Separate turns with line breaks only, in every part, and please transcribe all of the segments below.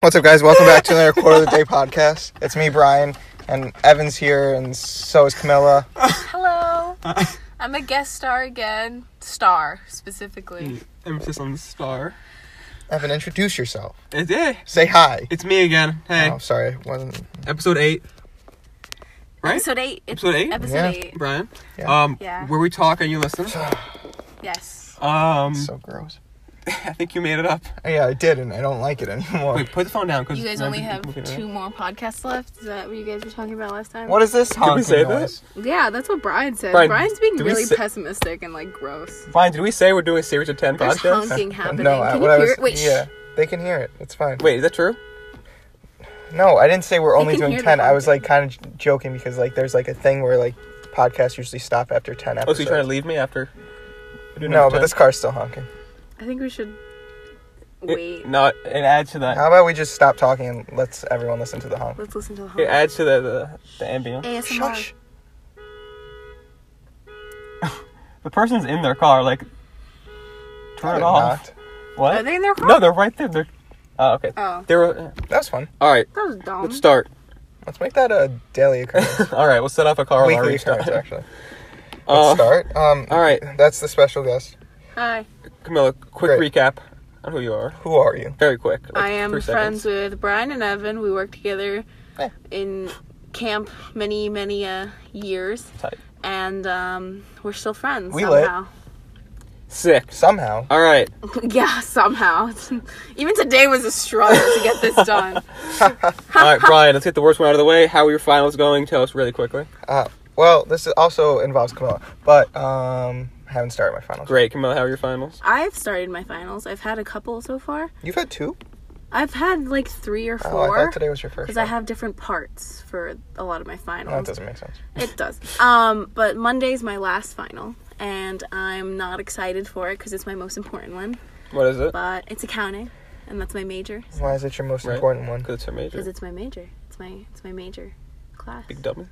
What's up, guys? Welcome back to another Quarter of the Day podcast. It's me, Brian, and Evan's here, and so is Camilla.
Hello. I'm a guest star again. Star,
Hmm.
specifically.
Emphasis on star.
Evan, introduce yourself.
It's it.
Say hi.
It's me again. Hey.
Oh, sorry, it wasn't.
Episode eight. Right?
Episode 8. It's
Episode eight?
Episode
Yeah.
8.
Brian.
Yeah.
Um
Yeah.
where we talk and you listen.
Yes.
Um
So gross.
I think you made it up.
Oh, Yeah, I did, and I don't like it anymore.
Wait, put the phone down because
You guys only have two more podcasts left. Is that what you guys were talking about last time?
What is this honking
say that?
noise?
Yeah, that's what Brian said.
Brian,
Brian's being
do we
really
say-
pessimistic and like gross.
Fine, did we say we're doing a series of ten
There's
podcasts?
honking happening.
Uh, No, I,
Can
what
you
I
hear
was.
it? Wait. shh.
yeah, they can hear it. It's fine.
Wait, is that true?
No, I didn't say we're only
can
doing
hear the
ten. I was like
honking.
kind of joking because like there's like a thing where like podcasts usually stop after ten
Oh,
episodes.
so you're trying to leave me after? we do
no,
number
but
10?
this car's still honking.
I think we should
It-
wait.
No, it adds to that.
How about we just stop talking and let's everyone listen to the honk?
Let's listen to the
It
honk.
adds to the the, the ambience.
ASMR.
Shush.
The person's in their car, like turn it
They're
off.
not.
What?
Are they in their car?
No, they're right there. They're Oh, okay.
Oh. Um.
They were
That was fun.
All right.
That was dumb.
Let's start.
Let's make that a daily occurrence.
All right, we'll set up a car alarm.
Weekly
each time.
occurrence, actually.
Uh,
Start. Um,
all right.
That's the special guest.
Hi.
Camilla, quick
Great.
recap on who you are.
Who are you?
Very quick. like
I am
three
friends
seconds.
with Brian and Evan. We worked together
Yeah.
in camp many, many uh, years.
Tight.
and um, we're still friends
We lit.
somehow.
Sick.
Somehow.
All right.
yeah, somehow. Even today was a struggle to get this done.
All right, Brian, let's get the worst one out of the way. How are your finals going? Tell us really quickly.
Uh, well, this is also involves Camilla, but um, I haven't started my finals.
Great. Camilla, how are your finals?
I've started my finals. I've had a couple so far.
You've had two?
I've had like three or
Oh, I
four
thought today was your first.
because I
one.
have different parts for a lot of my
No, that
finals.
doesn't make sense.
it does. Um, but Monday's my last final, and I'm not excited for it because it's my most important one.
What is it?
But it's accounting, and that's my major
Why is it your most
Right.
important one?
Because it's her major.
because it's my major. It's my it's my major class.
Big dummy.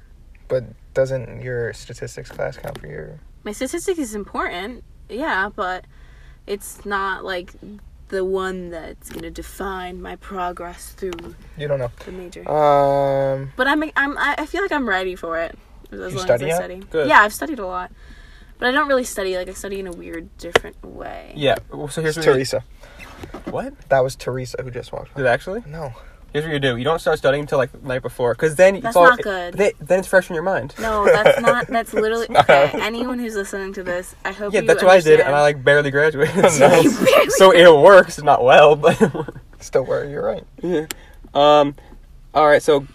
But doesn't your statistics class count for your?
my statistics is important, yeah, but it's not like the one that's gonna define my progress through
You don't know.
the major.
Um,
but I'm, I'm, I I feel like I'm ready for it as long
study
as
yet?
I study.
Good.
Yeah, I've studied a lot, but I don't really study. Like I study in a weird, different way.
Yeah. well, So here's
it's
what
Teresa.
You, what?
That was Teresa who just walked. by.
Did it actually?
No.
Here's what you do. You don't start studying until like the night before, because then it's
That's
all,
not good.
Then, then it's fresh in your mind.
No, that's not. That's literally
not
okay.
how-
Anyone who's listening to this, I hope.
Yeah,
you
that's what I did,
understand.
and I like barely graduated.
No.
You barely-
so it works, not well, but.
Still, where you're right.
Yeah. Um. All right. So,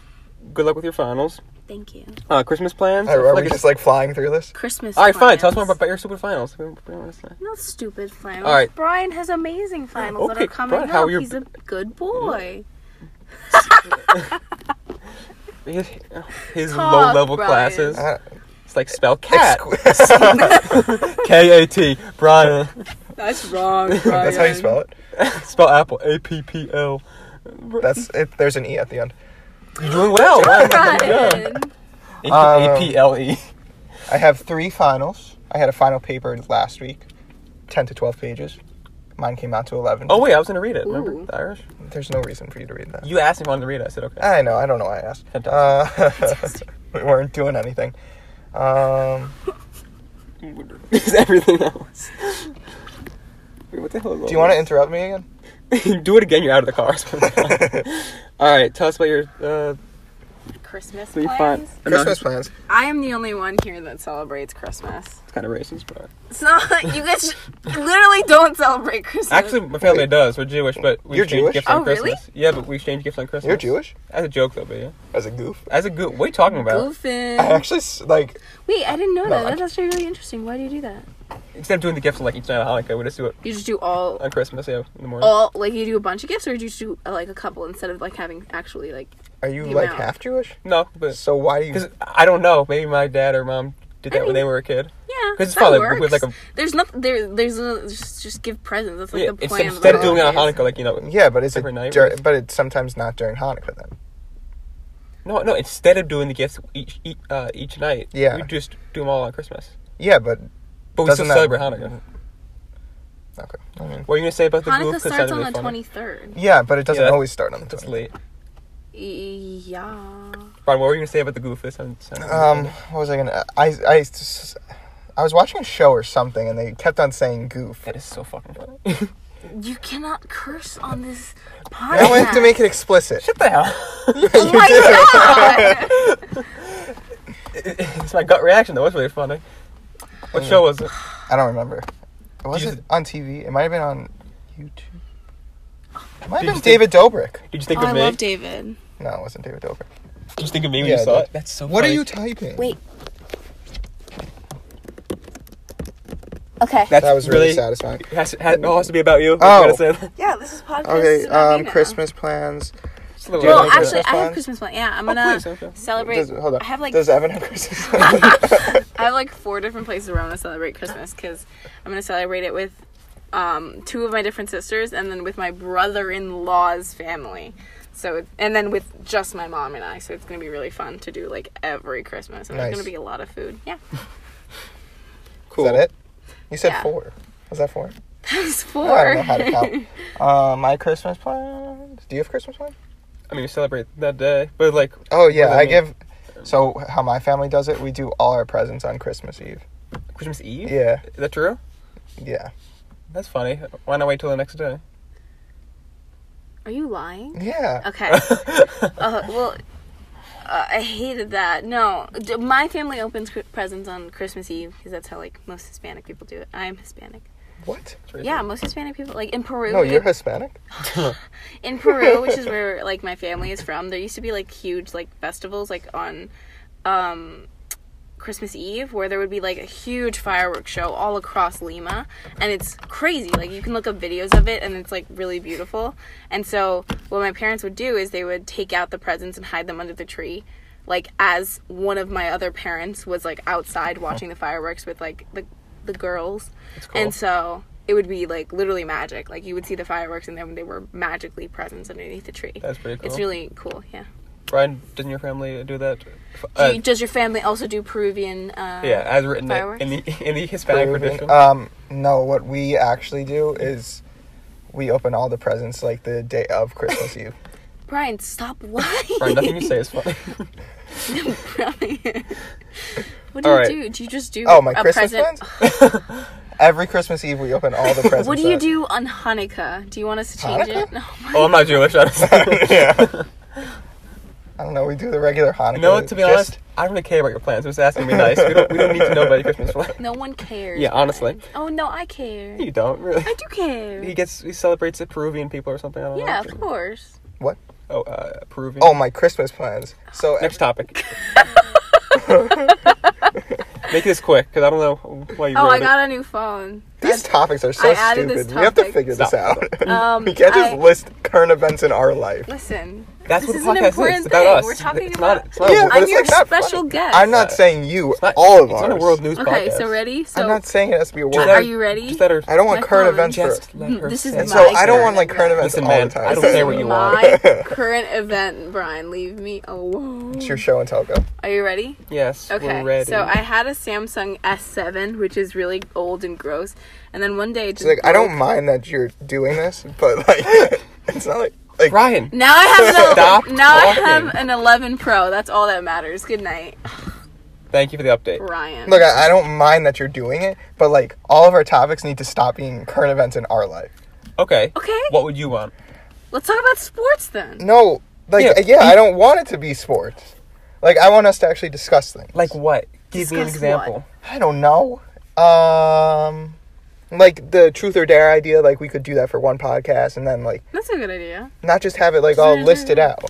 good luck with your finals.
Thank you.
Uh, Christmas plans.
All right, are
Like
we
it's-
just like flying through this?
Christmas.
all right, fine. Tell
plans.
us more about, about your stupid finals. We- we don't wanna say.
No stupid finals.
All right.
Brian has amazing finals that
Okay,
are coming
Brian, how
up.
you're-
He's a good boy.
His, his
Talk,
low-level
Brian.
classes.
Uh,
It's like spell cat.
exqu-
K A T. Brian.
That's wrong, Brian.
That's how you spell it.
spell apple. A P P L.
That's it. There's an e at the end.
You're doing well. Wow.
Brian.
A P L E.
I have three finals. I had a final paper last week, ten to twelve pages. Mine came out to eleven.
Oh wait, I was gonna read it. Remember
Ooh.
the Irish?
there's no reason for you to read that.
You asked me if I wanted to read it. I said okay.
I know. I don't know why I asked. Uh, we weren't doing anything. Um,
Is everything else? Wait, what the hell? Is
do you want to interrupt me again?
to do it again? You're out of the car. all right. Tell us about your uh,
Christmas
three
plans.
fin-
Christmas plans.
I am the only one here that celebrates Christmas.
kind of racist, but
It's not like you guys literally don't celebrate Christmas.
actually, my family does. We're Jewish, but we
You're
exchange
Jewish?
gifts
Oh,
on
really?
Christmas. Yeah, but we exchange gifts on Christmas.
You're Jewish
As a joke, though, but yeah.
as a goof.
As a good, what are you talking about?
I
Goofing.
actually s- like.
Wait, I didn't know
uh, No,
that.
I-
That's actually really interesting. Why do you do that?
Instead of doing the gifts like each night of Hanukkah, we just do it
You just do all,
on Christmas. Yeah, in the morning.
all like you do a bunch of gifts, or do you just do uh, like a couple instead of like having actually like?
Are you
You
like
know.
half Jewish?
No, but
So why do you?
because I don't know, maybe my dad or mom did
I
that when
mean-
they were a kid.
Yeah,
'Cause it's
that
probably
works.
with, like, a-
There's nothing there. There's a, just just give presents. That's like
yeah,
the
instead,
plan.
instead of
the
doing it on
holidays.
Hanukkah, like you know,
Yeah, but it's
Every
it
night,
dur-
right?
but it's sometimes not during Hanukkah then.
no, no. Instead of doing the gifts each each, uh, each night,
Yeah.
we just do them all on Christmas.
Yeah, but
But we
Doesn't
still
that-
celebrate Hanukkah.
Okay. I mean,
What are you gonna say about the
Hanukkah
goof? 'Cause that
starts on
would
the
be funny.
twenty third.
yeah, but it doesn't
Yeah, that-
always start on the
That's
20th.
late.
Yeah.
Brian, what were you gonna say about the goof? This sounds- sounds
Um,
funny.
what was I gonna? I I s- I was watching a show or something, and they kept on saying goof.
that is so fucking funny.
You cannot curse on this podcast.
I wanted to make it explicit.
Shut the hell.
Oh my god!
it's my gut reaction. That was really funny. What show was it?
I don't remember. Was
you
it
th-
on TV? It might have been on YouTube. It might have
Did you
been
think-
David Dobrik.
Did you think
oh, I
of me?
love David.
No, it wasn't David Dobrik.
Did you think of me when
Yeah,
you saw
dude.
it? That's so.
What are
funny.
you typing?
Wait. Okay.
That's
That was really,
really
satisfying.
It has, to, has, it all has to be about you.
Oh.
You gotta say that.
Yeah, this is podcast.
Okay,
is about me
um,
now.
Christmas plans.
Just a little
Well,
bit.
actually, I have
plans?
Christmas plans. Yeah, I'm
Oh,
gonna
please, okay.
celebrate.
Does, hold on.
I have like
Does Evan have Christmas plans?
I have like four different places where I'm gonna celebrate Christmas because I'm gonna celebrate it with um, two of my different sisters and then with my brother-in-law's family. So it- and then with just my mom and I. So it's gonna be really fun to do like every Christmas. And
Nice.
there's gonna be a lot of food. Yeah,
Is that it? You said
Yeah.
four. Was that four?
that's four.
I don't know how to count. uh, my Christmas plans. Do you have Christmas plans?
I mean, we celebrate that day, but like,
Oh yeah,
does that
I
mean?
give. So how my family does it, we do all our presents on Christmas Eve.
Christmas Eve.
Yeah,
Is that true?
yeah,
That's funny. Why not wait till the next day?
Are you lying?
yeah.
Okay. Uh, well, uh, I hated that. No, d- my family opens cri- presents on Christmas Eve because that's how like most Hispanic people do it. I'm Hispanic.
What?
It's really
Yeah, most Hispanic people like in Peru.
No, you're
it-
Hispanic.
in Peru, which is where like my family is from, there used to be like huge like festivals like on um Christmas Eve where there would be like a huge fireworks show all across Lima and it's crazy. Like you can look up videos of it and it's like really beautiful. And so what my parents would do is they would take out the presents and hide them under the tree. Like as one of my other parents was like outside watching the fireworks with like the the girls.
That's cool.
And so it would be like literally magic. Like you would see the fireworks and then they were magically presents underneath the tree.
That's pretty cool.
It's really cool, yeah.
Brian, didn't your family do that? F-
Do
uh,
you- does your family also do Peruvian? Uh,
yeah, as written it,
fireworks?
in the in the Hispanic tradition.
Um, no, what we actually do is we open all the presents like the day of Christmas Eve.
Brian, stop lying.
Brian, nothing you say is funny.
Brian. what do
All
you
right.
do? Do you just do?
Oh, my
a
Christmas
present?
plans. Every Christmas Eve, we open all the presents.
What do you
that-
do on Hanukkah? Do you want us to change it? No, my-
oh, I'm not Jewish, honestly.
yeah. I don't know. We do the regular Hanukkah.
no, to be
just-
honest, I don't really care about your plans. It was asking me nice. We don't, we don't need to know about your Christmas plans.
no one cares.
Yeah, honestly.
Brian. Oh no, I care.
You don't really.
I do care.
He gets he celebrates the Peruvian people or something. I don't
yeah,
know.
of course.
What?
Oh, uh, Peruvian.
Oh, my Christmas plans. So
Next topic. Make this quick, because I don't know why you.
Oh, I
ruined it.
got a new phone.
These topics are so
I added this
stupid. We have to
topic.
figure this
Stop.
out.
Um,
we can't just
I-
list current events in our life.
Listen,
That's
this is
what the
an
podcast
important
is. It's
thing.
about us.
We're talking
it's
about-
Not, it's not a
Yeah,
world-
but
I'm
it's
your
like not
special
funny.
guest.
I'm not saying you.
it's not-
all of
It's
ours.
not a world news podcast.
Okay, so ready? So
I'm not saying it has to be a
Just
world.
let
Are
her-
you ready?
Just let her.
I don't want
My
current
phone.
events. For,
Just let her.
This is
say it.
so
my
I don't want like
current
current events
Listen,
all
man,
the time.
I don't
This
care
is
what you
my
want.
current event, Brian. Leave me alone.
It's your show and tell go.
Are you ready?
Yes,
Okay.
we're ready.
So I had a Samsung S7, which is really old and gross. And then one day, it
It's
just
like I don't
broke.
mind that you're doing this, but like it's not like like
Brian,
Now I have an
Stop
now I have
talking.
an 11 Pro. That's all that matters. Good night,
thank you for the update.
Brian.
look. I, I don't mind that you're doing it, but like all of our topics need to stop being current events in our life.
Okay.
Okay.
What would you want?
Let's talk about sports then.
No, like
Yeah.
yeah, I don't want it to be sports. Like I want us to actually discuss things.
Like what? Give me an
Discuss
example.
I don't know. Um, like the truth or dare idea. Like we could do that for one podcast, and then like
That's a good idea.
not just have it like all listed out.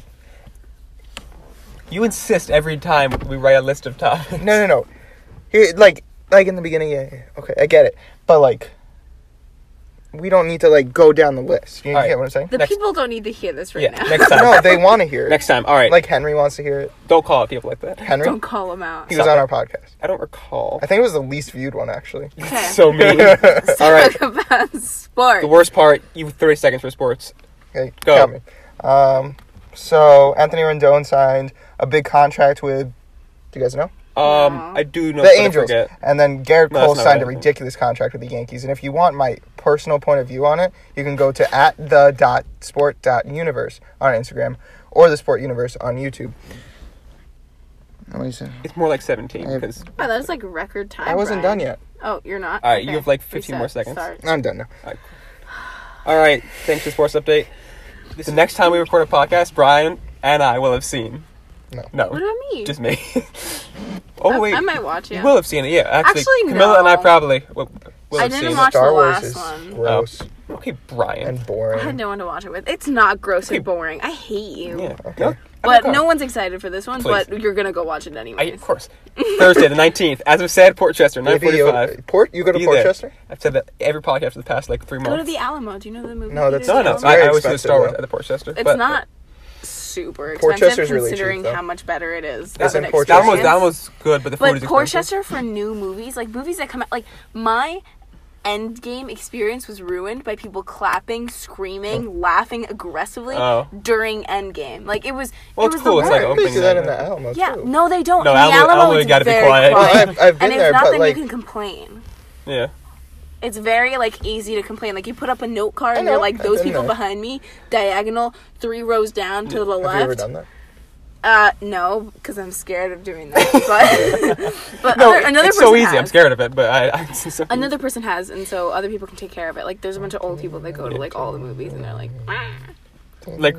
You insist every time we write a list of topics.
No, no, no. Here, like, like in the beginning. Yeah, yeah. Okay, I get it. But like, we don't need to like go down the list. You
All right.
get what I'm saying?
The
Next.
people don't need to hear this right
Yeah.
now.
Next time.
No, they want to hear it.
Next time. All right. Like,
Like Henry wants to hear it.
don't call out people like that.
Henry,
Don't call them out.
he was on our podcast.
I don't recall.
I think it was the least viewed one actually.
Okay.
So mean. All right.
Let's talk about sports.
The worst part. You have 30 seconds for sports.
Okay,
Go.
tell me. Um, so Anthony Rendon signed a big contract with. Do you guys know?
Um,
No.
I do know.
the
but I
Angels.
forget.
And then Garrett
No,
Cole
that's not
signed a
right.
ridiculous contract with the Yankees. And if you want my personal point of view on it, you can go to at the dot sport dot universe on Instagram or the sport universe on YouTube. What do you say?
It's more like 17
I have-
because
Wow, that was like record time.
I wasn't
Brian.
done yet.
Oh, you're not.
All right, you have, like, 15 more seconds.
Sorry.
I'm done now.
all right. Thanks for sports update. the next time we record a podcast, Brian and I will have seen.
No.
No.
What about me?
Just me. oh
I-
wait,
I might watch it.
you will have seen it. Yeah, actually,
Actually,
Camilla and I
no.
probably will, will
I
have
didn't
seen
watch-
it.
Star
the
Wars
last
is
one.
Oh.
gross
Okay, Brian.
and
I
boring.
had no one to watch it with. It's not gross
Okay.
and boring. I hate you.
yeah.
Okay.
No,
But
okay.
no one's excited for this one,
Please.
but you're gonna go watch it
I,
anyway.
of course. Thursday the nineteenth. As I've said, Port Chester, nine
Maybe you-
forty-five.
Port? You go to Portchester?
I've said that every podcast for the past like three months.
Go to the Alamo. Do you know the movie?
No, that's-
no,
theater,
no,
It's
the Alamo?
I,
very
I always do the
expensive,
Star Wars
though.
at the Port Chester.
It's
but-
not super
Port
expensive
Chester's really cheap,
considering
though.
how much better it is.
It's
as
in
an
Port
The Alamo's,
experience.
the Alamo's good, but the food
But
is expensive.
Porchester for new movies, like movies that come out, like my Endgame experience was ruined by people clapping, screaming, laughing aggressively
Oh.
during Endgame. Like it was. it
Well, it's
was
cool,
The
it's
worst.
like
Alright,
opening
they do that
night.
in the Alamo.
yeah,
too.
no, they don't.
No,
the
Alamo-
Alamo,
Alamo, you
is
gotta be
very
quiet. Well,
I've- I've been
and it's
there,
not
but,
that
like-
you can complain.
Yeah.
It's very like easy to complain. Like you put up a note card
I
and you're
know,
like,
I've
those
been
people
there.
behind me, diagonal, three rows down to the left.
Have you ever done that?
Uh, no, because I'm scared of doing that. But, but
No,
other, another
it's so
person
easy. I'm
has.
scared of it, but I. I it's so
another person has, and so other people can take care of it. Like there's a bunch of old people that go to like all the movies, and they're like, "Ah."
like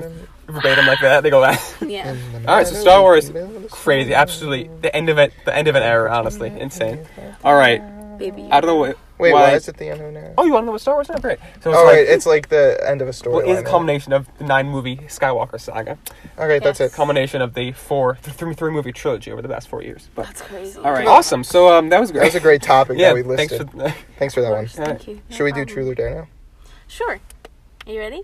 verbatim like that. They go. All
yeah.
right, so Star Wars, crazy, absolutely the end of it. The end of an era, honestly, insane. All right,
Baby,
I don't know what.
Wait, why,
why
is it the end of an era?
Oh, you want to know what Star Wars? is? Great. So it's
Oh,
like
wait, it's like the end of a story.
well, it is a culmination of the nine movie Skywalker saga,
Okay, that's
Yes.
it.
culmination of the four th- three three movie trilogy over the past four years. But
that's crazy.
all right, awesome. So um, that was great.
That was a great topic
yeah,
that we
thanks
listed.
for.
Thanks for, that one.
Thank you. No
Should we do
problem.
Truth or Dare now?
Sure. Are you ready?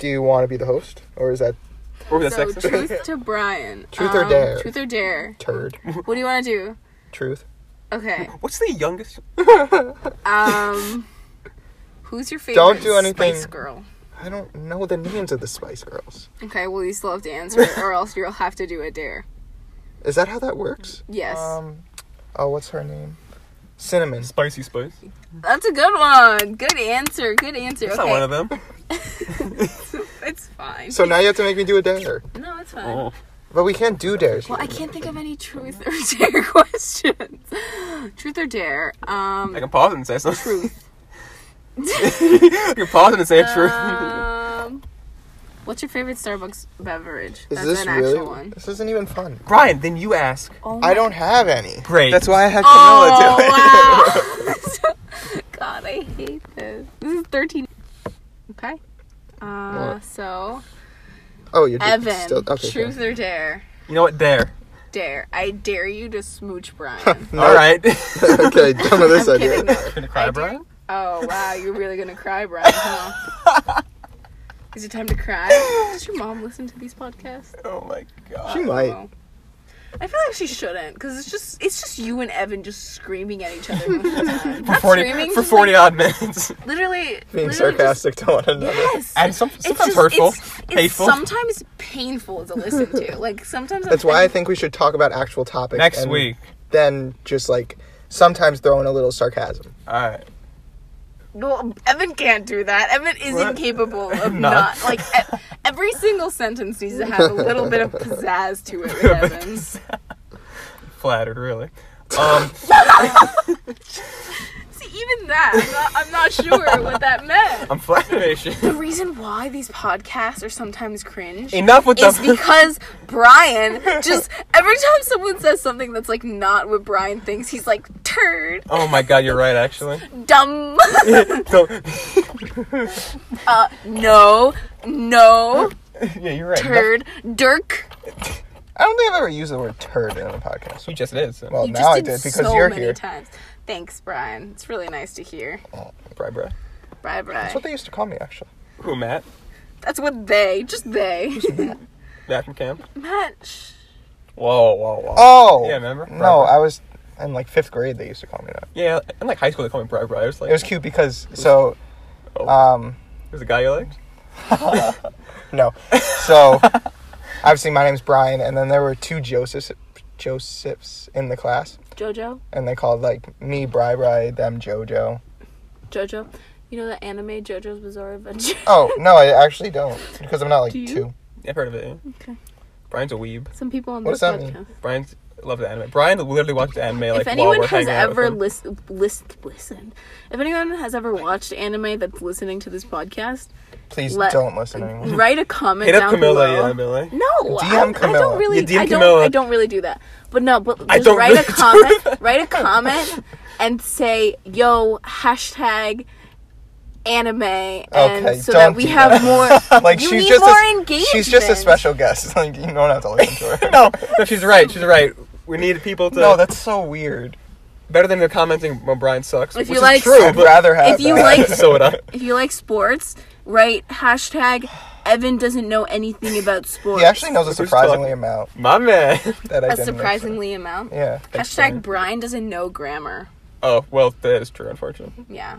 Do you want to be the host, or is that
What was that
So
sex?
truth to Brian. Um,
Truth or dare?
Truth or dare.
turd?
What do you want to do?
Truth.
Okay.
What's the youngest?
Um, who's your favorite?
Don't do anything-
Spice Girl.
I don't know the names of the Spice Girls.
Okay. Well, you still have to answer, it, or else you'll have to do a dare.
Is that how that works?
Yes.
Um. Oh, what's her name? Cinnamon.
Spicy Spice.
That's a good one. Good answer. Good answer.
That's
okay.
not one of them.
It's fine.
So now you have to make me do a dare,
no, it's fine.
Oh.
but we can't do dares.
Well, I
here.
can't think of any truth or dare questions. Truth or dare?
I
Um,
can pause it and say something.
truth.
you can pause it and say truth.
Um, what's your favorite Starbucks beverage?
Is
That's
this
an
really?
actual one.
This isn't even fun.
Brian, then you ask.
Oh
I don't have any.
Great.
That's why I had Camilla do it.
Oh wow! God, I hate this. This is thirteen. Okay. Uh,
What?
so
Oh, you're just
Evan,
still okay.
truth
okay.
or dare?
You know what? Dare.
Dare. I dare you to smooch Brian.
No.
All right.
okay, done with this
I'm
idea.
kidding. No.
gonna cry,
do.
Brian.
Oh wow, you're really gonna cry, Brian. huh? Is it time to cry? Does your mom listen to these podcasts?
Oh my
She
god.
might.
No. I feel like she shouldn't, because it's just it's just you and Evan just screaming at each other most of the time.
For
Not
forty
screaming,
for
just, like,
forty odd minutes.
literally
Being
literally just-
sarcastic to one another.
Yes.
And some,
It's
sometimes
just-
hurtful,
it's- it's
hateful.
sometimes painful to listen to. Like sometimes I'm
That's why I
thinking-
think we should talk about actual topics
Next
and
week.
Then just like sometimes throw in a little sarcasm.
All right.
Well, Evan can't do that. Evan is
What?
incapable of
No.
not like e- every single sentence needs to have a little bit of pizzazz to it with Evan.
Flattered, really. Um,
See, even that, I'm not, I'm not sure what that meant.
I'm flatteration.
The reason why these podcasts are sometimes cringe
Enough with
is
the.
because Brian just every time someone says something that's like not what Brian thinks, he's like turd,
Oh my god, you're right, actually.
dumb.
So,
Uh, no, no,
yeah, you're right. Enough-
turd, dirk.
I don't think I've ever used the word turd in a podcast.
You just did. So.
Well,
You
Oh, now
just
I
did,
did because
so
you're
many
here.
times. Thanks, Brian. It's really nice to hear.
Bri, bri.
Bye, Brian.
That's what they used to call me, actually.
Who, Matt?
That's what they, just they.
Matt from camp?
Matt, shh.
Whoa, whoa, whoa.
Oh,
Yeah, remember?
No,
Right.
I was in like fifth grade. They used to call me that.
Yeah, in like high school they call me Bri Bri. I was like,
It was cute because so,
Oh.
um,
there's a guy you liked?
no, so obviously my name's Brian, and then there were two Josephs, Josephs in the class,
Jojo,
and they called like me Bri Bri, them JoJo.
Jojo, You know the anime JoJo's Bizarre Adventure?
Oh no, I actually don't because I'm not like
Do you?
two.
I've heard of it. yeah.
Okay.
Brian's a weeb.
Some people on
What
this
does that mean?
podcast.
Brian loves the anime. Brian literally watches anime like
if
while
anyone
we're
has
hanging out with
ever
him.
lis- list, listen, if anyone has ever watched anime that's listening to this podcast,
Please
Let-
don't listen anymore.
write a comment
Hit up
down
Camilla,
below.
yeah, Billy.
No,
DM
I, I
Camilla.
don't really.
Yeah, DM
I don't.
Camilla.
I don't really do that. But no, but just
I don't
write
really
a
do
comment.
that.
Write a comment and say yo hashtag anime, and
Okay,
so that
don't
we
do
have
that.
more.
Like
you
she's
need
just
more
a, she's just a
engagement.
special guest. Like you don't have to listen to her.
No, no, she's right. She's right. We need people to.
no, that's so weird.
better than they're commenting when Brian sucks.
If
which
you
is
like-
true,
I'd
but
rather have.
if you
that.
like-
so would I.
If you like sports, write hashtag Evan doesn't know anything about sports.
he actually knows a
Who's
surprisingly
talking?
amount
My man.
that I
a
didn't mention.
surprisingly amount.
Yeah.
Thanks,
Hashtag Brian doesn't know grammar.
Oh well, that is true. Unfortunately.
Yeah.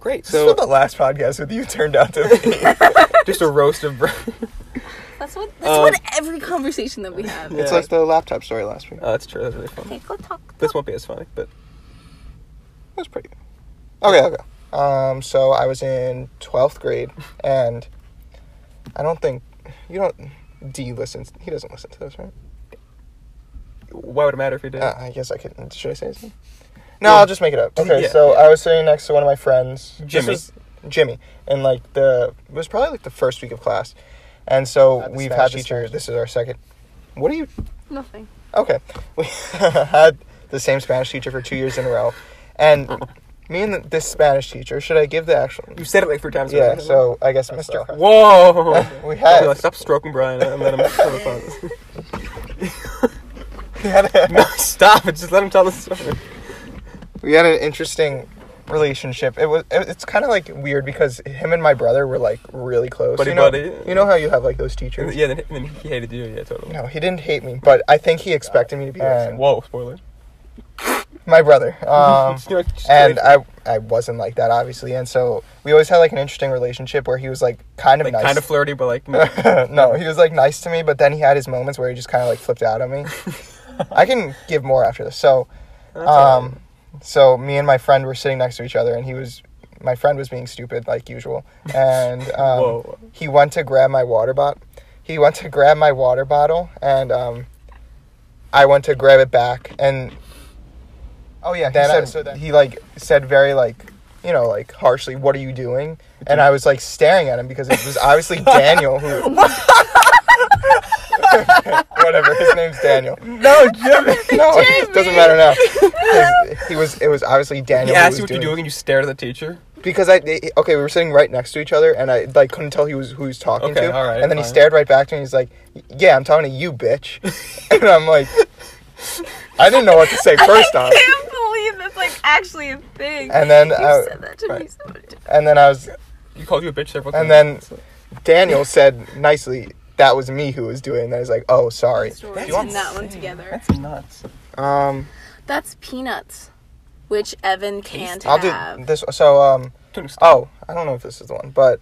Great.
So
So
the last podcast with you turned out to be.
just a roast of Brian.
That's what that's
Um,
what every conversation that we have.
Yeah.
It's like the laptop story last week. It
Oh, that's true. That's really fun.
Okay, go talk.
This won't be as funny, but
was pretty good. Okay, okay. Um, so I was in 12th grade, and I don't think, you don't, D listens, he doesn't listen to this, right?
why would it matter if you did?
Uh, I guess I could, should I say something? No,
Yeah.
I'll just make it up. Okay,
Yeah.
so I was sitting next to one of my friends. This
Jimmy.
was- Jimmy. And like the, it was probably like the first week of class. And so
Not the
we've
snatch,
had
the
teachers, this is our second, what are you
Nothing.
Okay. We had the same Spanish teacher for two years in a row. And me and the, this Spanish teacher, should I give the actual
you said it like three times.
Yeah,
already.
so I guess Mr. Cr-
Whoa!
We had-
Be like, stop stroking Brian and let him tell the fun.
we, had a,
No, stop it. Just let him tell the story.
we had an interesting relationship. It was it, it's kind of like weird because him and my brother were like really close.
Buddy
you know,
buddy.
You know how you have like those teachers?
Yeah, then, then he hated you. Yeah, totally.
No, he didn't hate me, but I think he expected me to be and
Whoa! Spoiler.
my brother. Um
Just, you know, just
and
like-
I I wasn't like that obviously. And so we always had like an interesting relationship where he was like kind of
like
nice.
kind of flirty, but like
no, he was like nice to me, but then he had his moments where he just kind of like flipped out on me. I can give more after this. So,
That's alright.
um, so me and my friend were sitting next to each other, and he was my friend was being stupid like usual, and um,
Whoa.
he went to grab my water bot. He went to grab my water bottle, and um, I went to grab it back, and
Oh yeah,
then,
he
I,
said, so then
he like said very like you know like harshly, "What are you doing?" And I was like staring at him because it was obviously Daniel who. Whatever his name's Daniel.
no, Jimmy.
No, it doesn't matter now. His- He was. It was obviously
He
Daniel. who
asked
was
you what you're doing, and you stared at the teacher.
because I they- okay, we were sitting right next to each other, and I like couldn't tell he was who he was talking
Okay,
to.
all right,
and then he
fine.
stared right back to me. He's like, "Yeah, I'm talking to you, bitch," and I'm like, I didn't know what to say first
I
off.
can't believe that's like actually a thing.
And then,
you
uh,
said that to me
right.
so many times.
And then I was
You called you a bitch several
And then-
times.
Daniel said nicely that was me who was doing that. He's like, "Oh, sorry."
Stories
That's
and that one
insane.
together.
that's nuts.
Um,
That's peanuts, which Evan can't
I'll
have.
do this. So, um, oh, I don't know if this is the one, but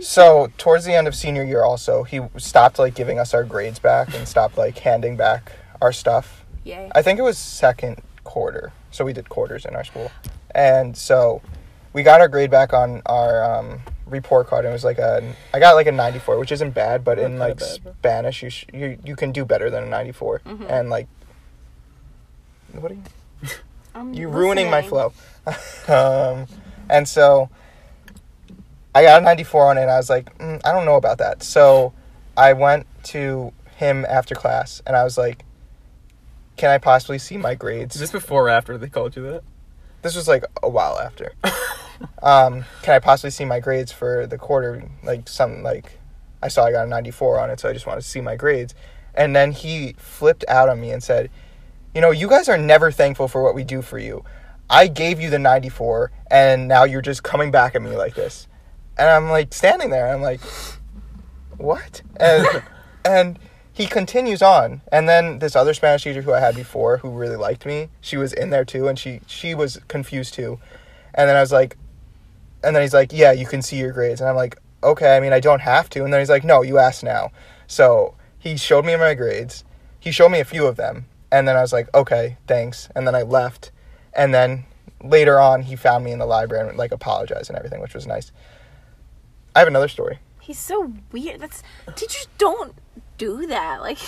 so towards the end of senior year, also he stopped like giving us our grades back and stopped like handing back our stuff.
Yay.
I think it was second quarter. So we did quarters in our school. And so we got our grade back on our um, report card. And it was like a, I got like a 94, which isn't bad, but in
Not
like
bad, Mm-hmm. yeah.
Spanish, you, sh- you you can do better than a 94. And like, what are you,
I'm
you're ruining my
listening.
flow. um, and so I got a 94 on it. And I was like, mm, I don't know about that. So I went to him after class and I was like, can I possibly see my grades?
Is this before or after they called you that?
this was like a while after. um, can I possibly see my grades for the quarter? Like something like I saw I got a 94 on it, so I just wanted to see my grades. And then he flipped out on me and said, "You know, you guys are never thankful for what we do for you. I gave you the 94, and now you're just coming back at me like this." And I'm like standing there, and I'm like, "What?" And and he continues on and then this other spanish teacher who i had before who really liked me she was in there too and she she was confused too and then i was like and then he's like yeah you can see your grades and i'm like okay i mean i don't have to and then he's like no you asked now so he showed me my grades he showed me a few of them and then i was like okay thanks and then i left and then later on, he found me in the library and like apologized and everything, which was nice. I have another story.
He's so weird. That's teachers don't do that. Like,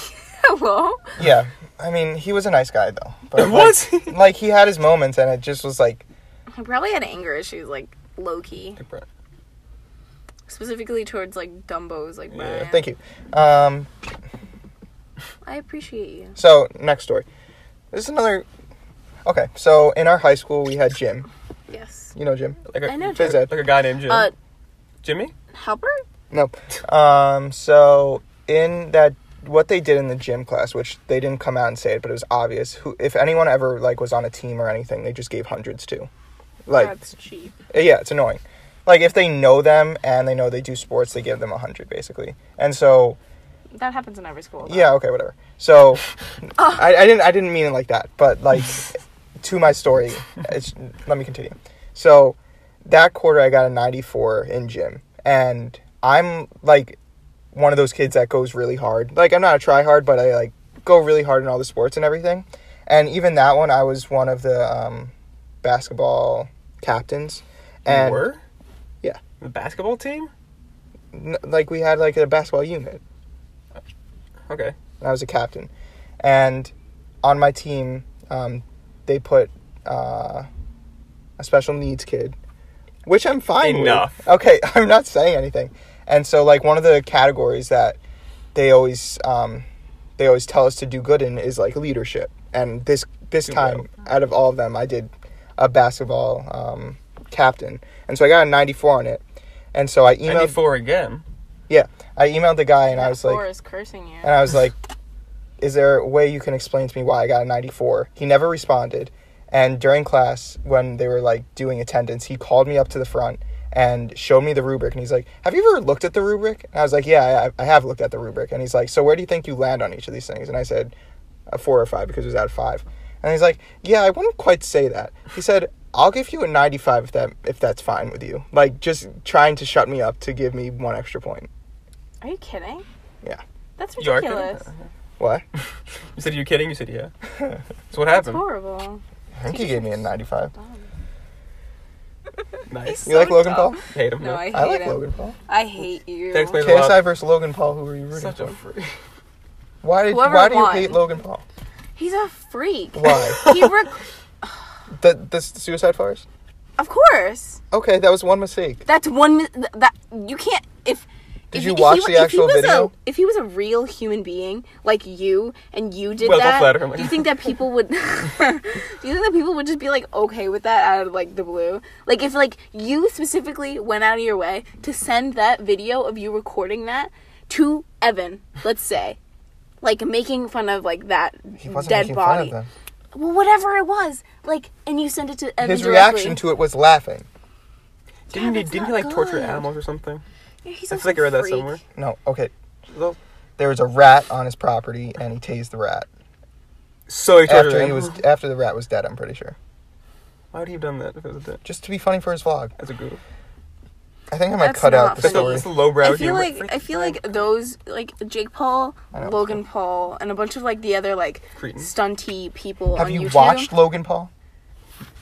hello.
Yeah, I mean, he was a nice guy though. But
Was
like,
he?
like he had his moments, and it just was like,
He probably had anger issues, like low key, specifically towards like Dumbo's. Like,
Yeah,
Brian.
thank you. Um,
I appreciate you.
So next story. This is another. Okay, so in our high school we had Jim.
Yes.
You know Jim.
Like a,
I know
Phys
Jim.
ed.
Like a guy named Jim.
Uh,
Jimmy?
helper.
No. Um. So in that, what they did in the gym class, which they didn't come out and say it, but it was obvious. Who, if anyone ever like was on a team or anything, they just gave hundreds to. Like,
That's cheap.
yeah, it's annoying. Like if they know them and they know they do sports, they give them a hundred basically. And so
That happens in every school. though.
Yeah, okay, whatever. So I, I didn't I didn't mean it like that, but like to my story, it's, let me continue. So that quarter I got a 94 in gym and I'm like one of those kids that goes really hard. Like I'm not a try hard, but I like go really hard in all the sports and everything. And even that one I was one of the um, basketball captains and
Were?
Yeah.
The basketball team?
n- like we had like a basketball unit.
Okay.
and I was a captain. And on my team, um, they put uh, a special needs kid, which I'm fine
Enough.
with. Okay, I'm not saying anything. And so, like one of the categories that they always um, they always tell us to do good in is like leadership. And this this
Good
time, out of all of them, I did a basketball um, captain, and so I got a 94 on it. And so I emailed,
94 again.
yeah, I emailed the guy, and I
That
was like,
four is cursing you.
and I was like, "Is there a way you can explain to me why I got a 94?" He never responded. And during class, when they were like doing attendance, he called me up to the front and showed me the rubric. And he's like, "Have you ever looked at the rubric?" And I was like, "Yeah, I, I have looked at the rubric." And he's like, "So where do you think you land on each of these things?" And I said, "A four or five because it was out of five. And he's like, "Yeah, I wouldn't quite say that." He said. I'll give you a 95 if that if that's fine with you. Like just trying to shut me up to give me one extra point.
Are you kidding?
Yeah.
That's
You are kidding?
ridiculous.
Uh, What?
You said, Are you kidding? You said, Yeah. so what
It's
happened?
horrible.
I think he gave me a 95.
Nice.
You like
So
Logan
dumb.
Paul?
Hate him.
No, I hate
I like
him.
Logan Paul.
I hate you.
That explains- Wait,
KSI
well-
versus Logan Paul. Who were you rooting
Such
for?
a freak.
why did
Whoever
why do you
won.
hate Logan Paul?
He's a freak.
Why
he rec-
the the Suicide Forest?
Of course.
Okay, that was one mistake.
That's one mi- th- that you can't if
Did
if
you
he- if
watch
he,
the
if he
actual
was a-
video?
if he was a real human being like you and you did
Well, don't
that,
flatter him.
do you think that people would do you think that people would just be like okay with that out of like the blue? Like if like you specifically went out of your way to send that video of you recording that to Evan, let's say, like making fun of like that
He wasn't
dead
making
body.
fun of
Well, whatever it was, like, and you send it to
them.
Evan
His
directly.
reaction to it was laughing.
Didn't he,
that's
didn't he
not
like torture
good.
animals or something?
Yeah, he's
I
a
feel like I read that
freak.
somewhere.
No, okay.
Well,
There was a rat on his property, and he tased the rat
So he tortured
after he
animals.
was after the rat was dead. I'm pretty sure.
Why would he have done that if it was a,
Just to be funny for his vlog.
as a goof?
I think I might
That's
cut out
not
the
That's
funny.
the,
story.
that's the lowbrow
I feel
humor.
like I feel like those like Jake Paul,
I know.
Logan Paul, and a bunch of like the other like
Cretin.
stunty people
Have
on
you
YouTube.
watched Logan Paul?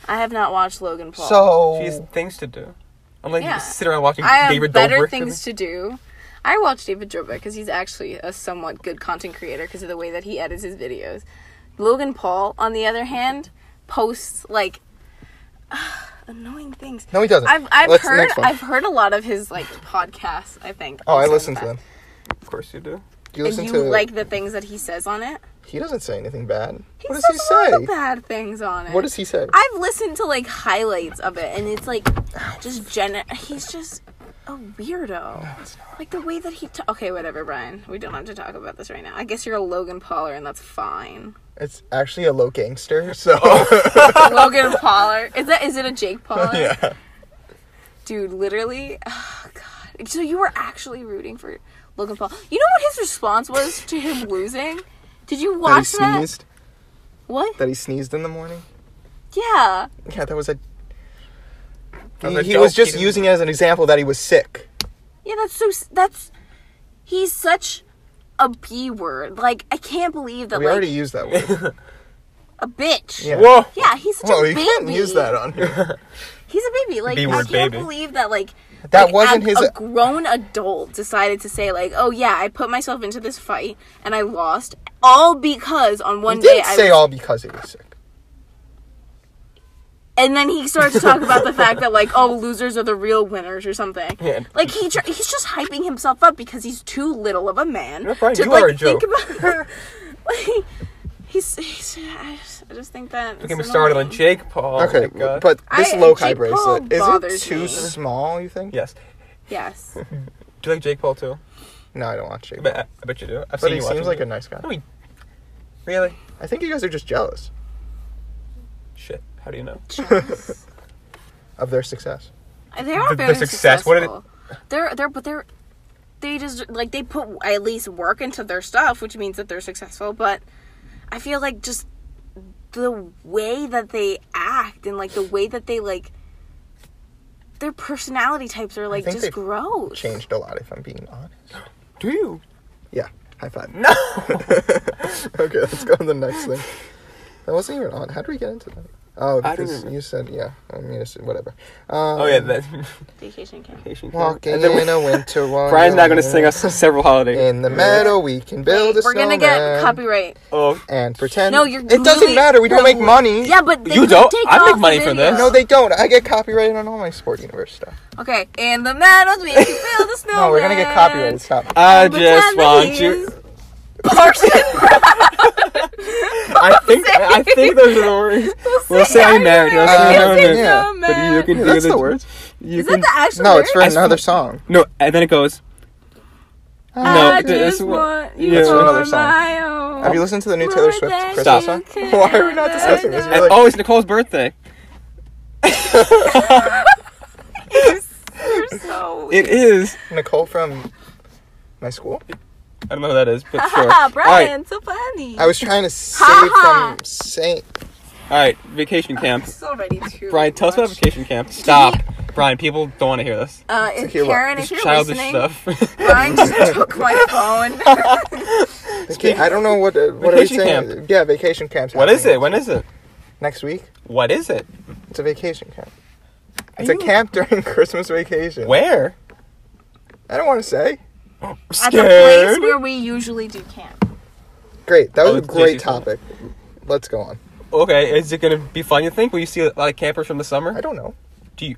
I
I have not watched Logan
Oh,
Paul.
So
She has
Oh.
things to do. I'm like,
Yeah.
sit around watching
I have
David
better
Dobrik.
things to do. I watch David Dobrik because he's actually a somewhat good content creator because of the way that he edits his videos. Logan Paul, on the other hand, posts like annoying things.
no, he doesn't.
I've, I've
Let's-
heard
next one.
I've heard a lot of his like podcasts. I think.
oh, I
also in
listened
the
to them.
past.
of course you do.
Do you
And
listen
you
to
like the things that he says on it?
He doesn't say anything bad.
He
what does he
says a lot
say?
of bad things on it.
What does he say?
I've listened to like highlights of it, and it's like just gen. He's just a weirdo. Like the way that he. Ta- okay, whatever, Brian. We don't have to talk about this right now. I guess you're a Logan Pollard, and that's fine.
It's actually a low gangster, so
Oh,
Logan Pollard. Is that? Is it a Jake Pollard? Dude, literally. Oh, God. So you were actually rooting for Logan Paul. You know what his response was to him losing? Did you
that he
watch that?
sneezed.
What?
That he sneezed in the morning.
Yeah.
Yeah, that was a.
That was
he
a
he was just
joke. He didn't-
using it as an example that he was sick.
Yeah, that's so. s- That's. He's such a B word. Like, I can't believe that,
We
like.
already used that word.
a bitch.
Yeah.
Whoa.
Yeah, he's such
Well,
a
you
baby.
can't use that on here.
He's a baby. Like I
B-word
can't
baby.
believe that. Like
That
like,
wasn't
a,
his-
A grown adult decided to say like, "Oh yeah, I put myself into this fight and I lost, all because on one
You
day
didn't
I
say all because he was sick.
and then he starts to talk about the fact that like oh losers are the real winners or something
Yeah.
like he tr- he's just hyping himself up because he's too little of a man
No, Brian,
to
you
like
are a
think
joke.
about like he's, he's I, just, I just think that
Don't get me started on Jake Paul. Oh
okay,
my God.
but this
I-
loci
Jake Paul
bracelet is it
bothers
too
me.
small? You think?
yes.
yes
Do you like Jake Paul too?
No, I don't watch it.
I
But,
bet, I bet you do. I've seen
he
you
seems
watching
like
it.
a nice guy.
No, he- Really?
I think you guys are just jealous
Shit. How do you know?
Jealous.
of their success.
they are
The- the
very
success,
successful
what did it-
they're they're but they're they just like they put at least work into their stuff which means that they're successful but I feel like just the way that they act and like the way that they like their personality types are like
think
just
they've
gross.
Changed a lot, if I'm being honest.
Do you?
Yeah. High five.
No.
okay, let's go on to the next thing. That wasn't even on. How did we get into that? Oh,
I don't
because
remember.
you said yeah. I mean, it's- whatever. Um,
Oh yeah, that.
Vacation camp.
Patient care.
Walking
And then we-
in a winter wonderland.
Brian's not gonna sing us several holidays.
In the meadow, we can build a
We're gonna
snowman.
get copyright.
Oh,
And pretend.
No, you're.
It doesn't
literally-
matter. We don't
no,
make money.
Yeah, but they
You
could
don't?
Take
I make
off the
money from
video.
this.
No, they don't. I get copyrighted on all my Sport Universe stuff.
Okay, and the meadows we can build a snowman.
No, we're gonna get copyrighted. Stop.
I
But
just
that
want you.
means- Parson.
I think I think those are the words. We'll say I married her.
Uh,
I don't know.
yeah.
But you can
Yeah,
hear
that's the words.
You
Is
can.
that the actual
No, it's for
I just
another
want-
song.
No, and then it goes.
No,
No,
I
th- that's
just
what-
want you
yeah.
That's
for
another song.
my own.
Have you listened to the new Taylor Swift
Stop.
Christmas song? Why are we not discussing this?
And,
Really?
oh, it's Nicole's birthday.
You're so
It is.
Nicole from my school.
I don't know who that is, but sure.
Ah,
All right,
Brian, so funny.
I was trying to save
Ha
from saying.
all right. Vacation camp.
It's already too.
Brian, tell us about
much.
vacation camp. Stop, Brian. People don't want to hear this.
Uh, if
Okay, what?
Karen,
This
if you're
childish
listening,
stuff.
Brian just took my phone.
Okay, I don't know what uh, what are we
Vacation
saying. Yeah, vacation camps.
what is
happening.
it? When is it?
Next week.
What is it?
It's a vacation camp.
Are
It's a
you-
camp during Christmas vacation.
Where?
I don't want to say.
At the place where we usually do camp.
Great. That was
Oh,
a
it's
great
JC Smollett.
topic. Let's go on.
Okay, is it gonna be fun? You think? Will you see a lot of campers from the summer?
I don't know.
Do you?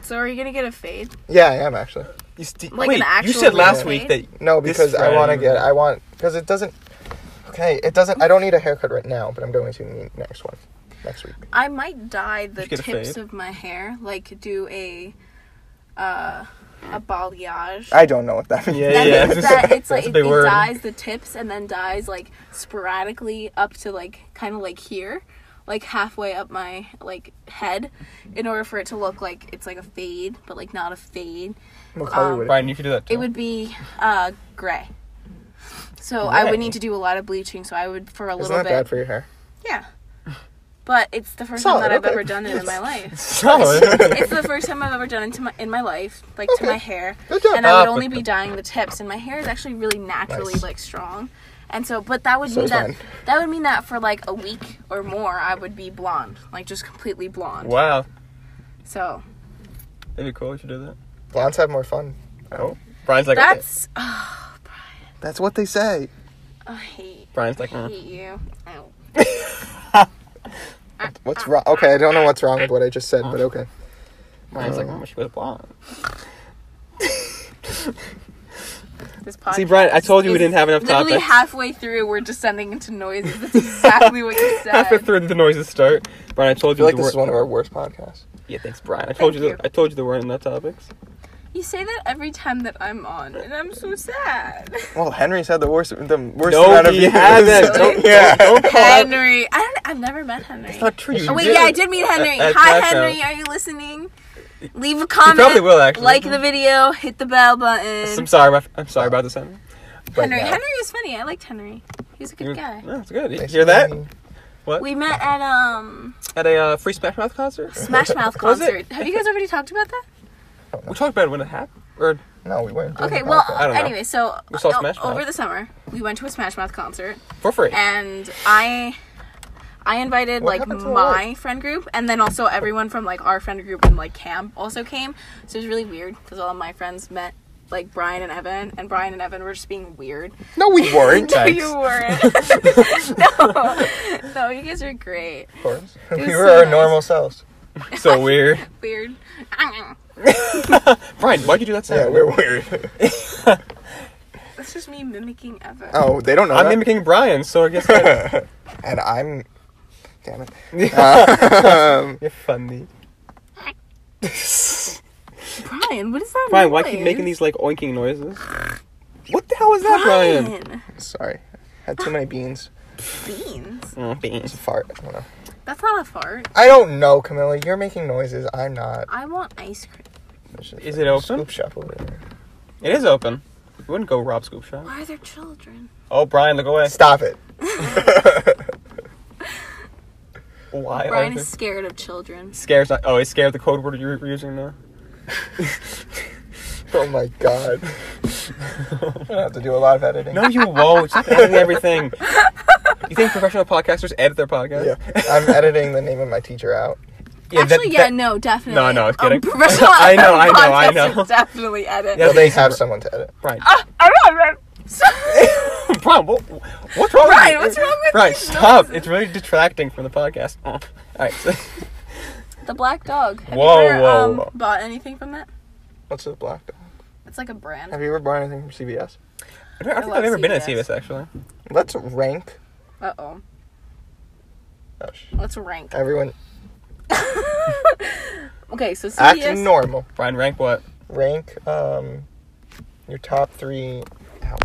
So are you gonna get a fade?
Yeah, I am actually.
you st-
Like an
wait, you
actual
said last week
mermaid?
that
No,
This
because I want to
Friday.
get. I want because it doesn't. Okay, it doesn't. I don't need a haircut right now, but I'm going to need next one, next week.
I might dye the
Did you get a
tips
fade?
of my hair, like do a, uh, a balayage.
I don't know what that means.
Yeah,
That
yeah.
means that it's like
That's a
it,
big
it
word.
dyes the tips and then dyes like sporadically up to like kind of like here, like halfway up my like head, in order for it to look like it's like a fade, but like not a fade.
What color
Um,
would it?
Brian, you could do that. Too.
It would be uh gray. So I
Gray?
would need to do a lot of bleaching. So I would for a
It's
little
not
bit.
bad for your hair.
Yeah. But it's the first
Solid,
time that I've
okay.
ever done it in my life.
So,
it's the first time I've ever done it to my, in my life, like
Okay.
to my hair.
Good job.
And I would
Ah,
only
but-
be dyeing the tips, and my hair is actually really naturally
Nice.
like strong. And so, but that would
So
mean
is
that
mine.
that would mean that for like a week or more, I would be blonde, like just completely blonde.
wow,
So
that'd be cool if you did that.
Blondes have more fun.
Oh, Brian's like
that's oh,
That's what they say.
I hate
Brian's like.
I
mm.
hate you. Ow.
What's wrong? Okay, I don't know what's wrong with what I just said, but okay.
Brian's like, oh, she was blonde.
This podcast.
See, Brian, I told you we
is
didn't have enough
Literally
topics.
halfway through, we're descending into noises. That's exactly what you said.
Halfway through the noises start. Brian, I
I
told you
feel like
there
this is one
weren't-
of our worst podcasts.
Yeah, thanks, Brian. I told
Thank
you,
you.
That, I told you there weren't enough topics.
You say that every time that I'm on, and I'm so sad.
Well, Henry's had the worst, the worst
No,
amount of
he
views.
hasn't.
Don't-
yeah.
Henry, I don't, I've never met Henry.
Not true.
Oh, wait, yeah, I did meet Henry.
At- at
Hi,
Crash
Henry.
House.
Are you listening? Leave a comment.
probably will, actually.
Like the video. Hit the bell button.
I'm sorry. about- I'm sorry about this, Henry.
But
Henry.
no.
Henry is funny. I liked Henry. He's a good guy.
Yeah, it's good. You hear that?
We met at um
At a uh, free Smash Mouth concert.
Smash Mouth
Was it?
concert. Have you guys already talked about that?
We talked about it when it happened, or
No, we weren't. doing
Okay,
the
well,
podcast.
I don't know.
anyway, so
We saw
o-
Smash Mouth.
over the summer, we went to a Smash Mouth concert,
for free.
and I, I invited
What
like
happened to
my friend group, and then also everyone from like our friend group and like Cam also came. So it was really weird because all of my friends met like Brian and Evan, and Brian and Evan were just being weird.
no, we weren't.
No,
Thanks.
you weren't. no, no, you guys are great.
Of course. we
was
were
so
our
nice.
normal selves.
so weird.
Weird.
Brian, why'd you do that sound?
Yeah, we're weird.
That's just me mimicking Evan.
oh, they don't know.
I'm
that.
mimicking Brian, so I guess that-
and I'm. Damn it. Uh,
you're funny.
um,
Brian, what is that?
Brian, why keep
noise?
making these like oinking noises? What the hell is that, Brian?
Brian,
Sorry. Had too many beans.
beans.
Oh, beans.
Fart. I don't know.
That's not a fart.
I don't know, Camilla. You're making noises. I'm not.
I want ice cream.
Is it open?
Scoop shop over there.
It is open. You wouldn't go rob scoop shop.
Why are there children?
Oh, Brian, look away.
Stop it.
Why?
Brian
open?
is scared of children.
scares. Oh, he's scared of the code word you were using now.
Oh my god. I'm gonna have to do a lot of editing.
No, you won't. Stop editing everything. You think professional podcasters edit their podcast?
Yeah. I'm editing the name of my teacher out.
Yeah, that-
Actually, yeah,
that-
no, definitely.
No, no, I was
Um,
kidding.
professional
I know, I know, I
podcasters
know.
Definitely edit.
Yeah.
But they have someone to edit.
Brian.
So-
Brian, what, what's wrong
Brian,
with
what's
you?
wrong with
Brian,
these
stop.
noises?
It's really detracting from the podcast. Oh. All right. so-
the black dog. Have
Whoa,
you ever,
whoa,
um,
whoa.
bought anything from that?
What's the black dog?
It's like a brand.
Have you ever bought anything from CBS?
I don't, I don't think
love
I've ever been at
CVS.
CVS, actually.
Let's rank.
Uh oh.
Oh, sh-
Let's rank.
everyone
Okay, so
act
CVS.
normal.
Brian, rank what?
Rank um, your top three ow,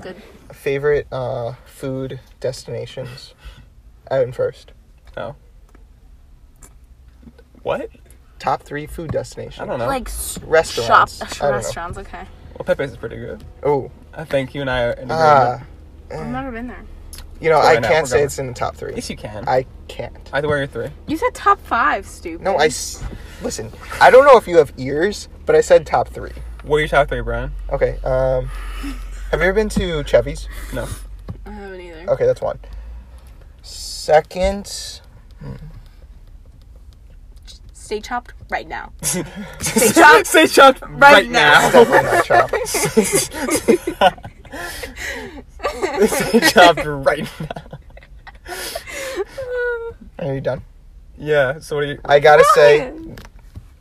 Good.
favorite uh, food destinations. Evan first.
Oh. What?
Top three food destinations.
I don't know.
Like s-
Restaurants.
Shop,
I don't know.
restaurants. Okay.
well, Pepe's is pretty good.
Oh,
I think you and I are in
ah,
agreement.
I've never been there.
you know
Sorry,
I
no,
can't
we're
say
going.
it's in the top three.
yes, you can. I,
I can't.
I wear your three.
You said top five, stupid.
No, I s- listen. I don't know if you have ears, but I said top three.
What are your top three, Brian?
Okay. Um, have you ever been to Chevy's?
No.
I haven't either.
Uh,
Okay, that's one. Second,
Stay chopped right now.
Stay
chopped.
Stay chopped right,
Right
now.
now.
definitely not Chopped.
Stay chopped right now.
Are you done?
Yeah. So what are you?
I gotta say,
Brian.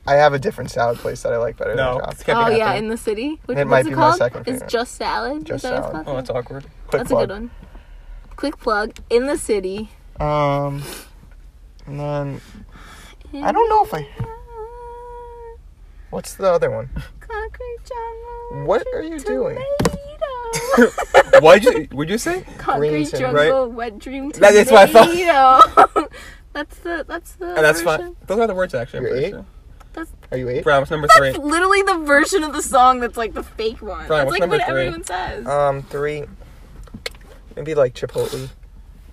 I have a different salad place that I like better
No.
than Chopped.
It's can't
oh
be
yeah,
happening.
in the city. Which,
It
what's
might be
it
my
called?
second favorite.
It's just salad.
Just
Is that
salad.
What it's
Oh,
called?
that's awkward.
Quick
that's a
plug.
good one. Quick plug in the city.
Um, and then I don't know if I.
Ah,
What's the other one?
Concrete jungle.
What are you doing?
Tomato.
What'd you? Would you say?
Concrete
Greens and-
jungle. Wet dream.
That- that's what I thought.
I thought. that's the. That's the.
Oh, that's
version.
fine. Those are the words actually. I'm
You're
pretty
eight?
sure.
Are you eight?
Brian, what's number three?
That's literally the version of the song that's like the fake one.
Brian,
that's like
what's number
what
three? Uh,
everyone says.
Um, three. Maybe like Chipotle.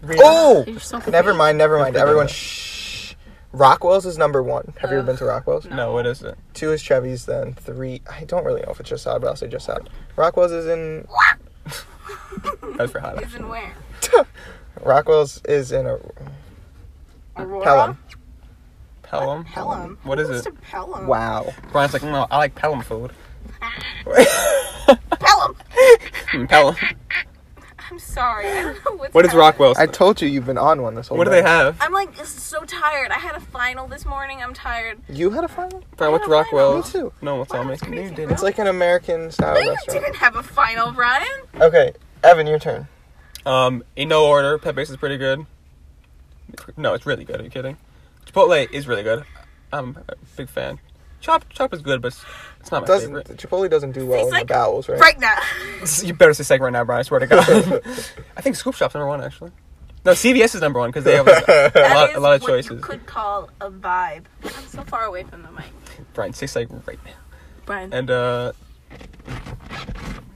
Really?
Oh,
You're so
never
fake.
mind, never mind.
forgot
Everyone,
that.
shh. Rockwell's is number one. Have you ever
Ugh.
been to Rockwell's?
No, what is it?
Two is Chevy's, then three. I don't really know if it's just out, but I'll say just out. Rockwell's is in
That's for hot.
Even where?
Rockwell's is in a
Aurora.
Pelham.
Pelham.
Pelham.
What is it?
Mr. Pelham.
Wow.
Brian's like, no, I like Pelham food.
Pelham.
Hmm, Pelham.
I'm sorry. I don't know what's
What is
happening.
Rockwell's?
I told you you've been on one this whole.
what do
day.
they have?
I'm like so tired. I had a final this morning. I'm tired.
You had a final.
Brian, what's
I don't know.
Me
Rockwell's?
too.
No one tell
Wow,
me.
that's
You
crazy,
didn't.
It's like an American
Oh,
style
You
restaurant.
didn't have a final, Brian.
Okay, Evan, your turn.
Um, in no order, Pepe's is pretty good. No, it's really good. Are you kidding? Chipotle is really good. I'm a big fan. Chop Chop is good, but it's- it's not my
Doesn't
favorite.
Chipotle doesn't do well
Tastes
in
like-
the bowels, right?
Right now.
You better say second right now, Brian. I swear to God. I think Scoop Shop's number one actually. No, CVS is number one because they have like, a,
That
lot,
is
a lot of
what You
choices.
could call a vibe. I'm so far away from the mic,
Brian, say like right now.
Brian.
And uh,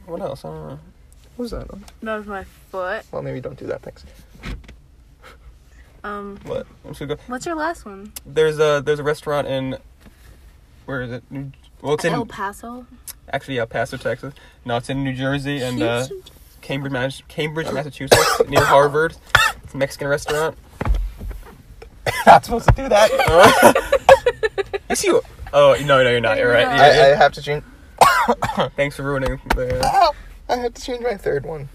what else? I don't know.
What was that? on?
that was my foot.
Well, maybe don't do that. Thanks.
Um,
What? I'm just gonna go.
what's your last one?
There's a there's a restaurant in where is it? New- Well, it's in
El Paso.
Actually, El Paso, Texas. No, it's in New Jersey and uh, Cambridge, Mas- Cambridge, Massachusetts, near Harvard. It's a Mexican restaurant.
not supposed to do that.
You see? what- Oh no, no, you're not. You're right.
I,
Yeah,
I have to change.
yeah. Thanks for ruining the
Ow! I have to change my third one.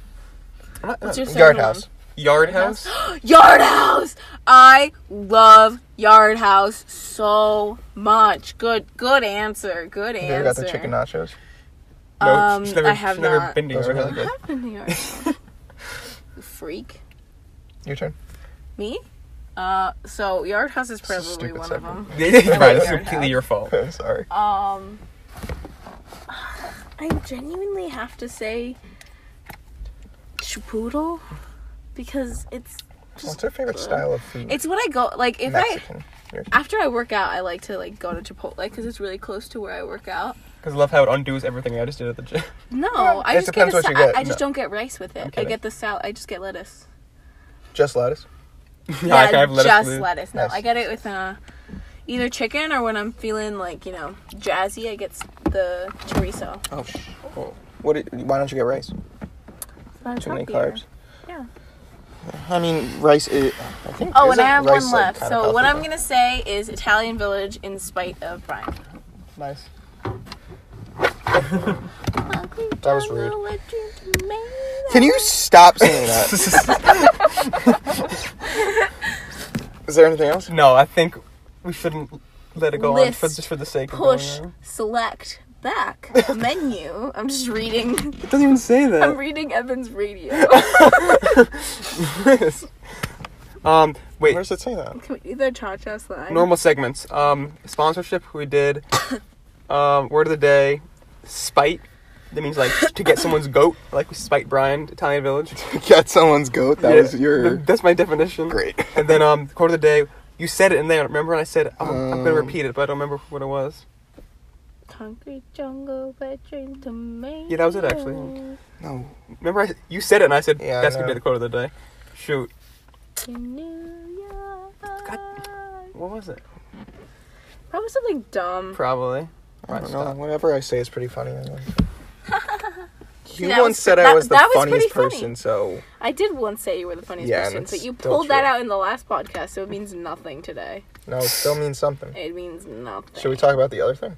I'm not-
What's your second
Yard
one?
House.
Yard House.
Yard House. I love Yard House so much. Good, good answer. Good
You
answer.
ever got the chicken nachos?
No,
Um,
she's never,
I have
she's never
not.
been to
Those are
Yard
really
House.
good.
I've been to Yard House. You Freak.
Your turn.
Me? Uh, so Yard House is
is a
probably
stupid
one of
segment.
them.
right, it's
Yard
completely
House.
your fault.
I'm sorry.
Um, I genuinely have to say Chipotle because it's just
What's your favorite
good.
style of food?
It's what I go like Uh, if I
Mexican. Your-
after I work out, I like to like go to Chipotle because it's really close to where I work out.
Because I love how it undoes everything I just did at the gym.
No,
Well,
I
it
just get, a
depends what
sa-
you get.
I, I just
No.
don't get rice with it. I
kidding.
get the salad. I just get lettuce.
Just lettuce.
yeah, I can have lettuce.
just
with-
lettuce. No,
Nice.
I get it with uh, either chicken or when I'm feeling like you know jazzy, I get s- the chorizo.
Oh. What? Did, why don't you get rice?
But it's
Too many
healthier.
carbs.
Yeah.
I mean, rice is. I think.
Oh,
isn't
and I have
rice,
one
like,
left.
kind of
so what
healthy,
I'm
though?
gonna say is Italian Village in spite of Brian.
Nice. That was rude. Can you stop saying that? Is there anything else?
no, I think we shouldn't let it go on for,
List,
just for the sake
push
of going on.
select back menu? I'm just reading.
It doesn't even say
I'm
that.
reading Evan's radio.
um, wait.
Where does it say that?
Can we do the cha cha slide?
normal segments. Um, sponsorship we did. um, word of the day, spite. That means like to get someone's goat, like we spite Brian, Italian Village.
Get someone's goat. That
Yeah,
was your.
th- That's my definition.
Great.
And then um, quote of the day. You said it in there. Remember when I said oh, I'm gonna
Um,
repeat it, but I don't remember what it was.
Concrete jungle, wet dream tomato.
Yeah, that was it, actually.
No.
Remember I, you said it, and I said
Yeah, I
that's gonna
know.
be the quote of the day. Shoot,
In New York.
what was it?
Probably something dumb.
Probably.
I don't
Right,
know.
stop.
Whatever I say is pretty funny. anyway. you
that
once
was-
said I
that-
was the
that was pretty
funniest
funny.
person, so
I did once say you were the funniest
Yeah, and
person, but
it's
you
still
pulled that
true.
out in the last podcast, so it means nothing today.
no, it still means something.
It means nothing.
Should we talk about the other thing?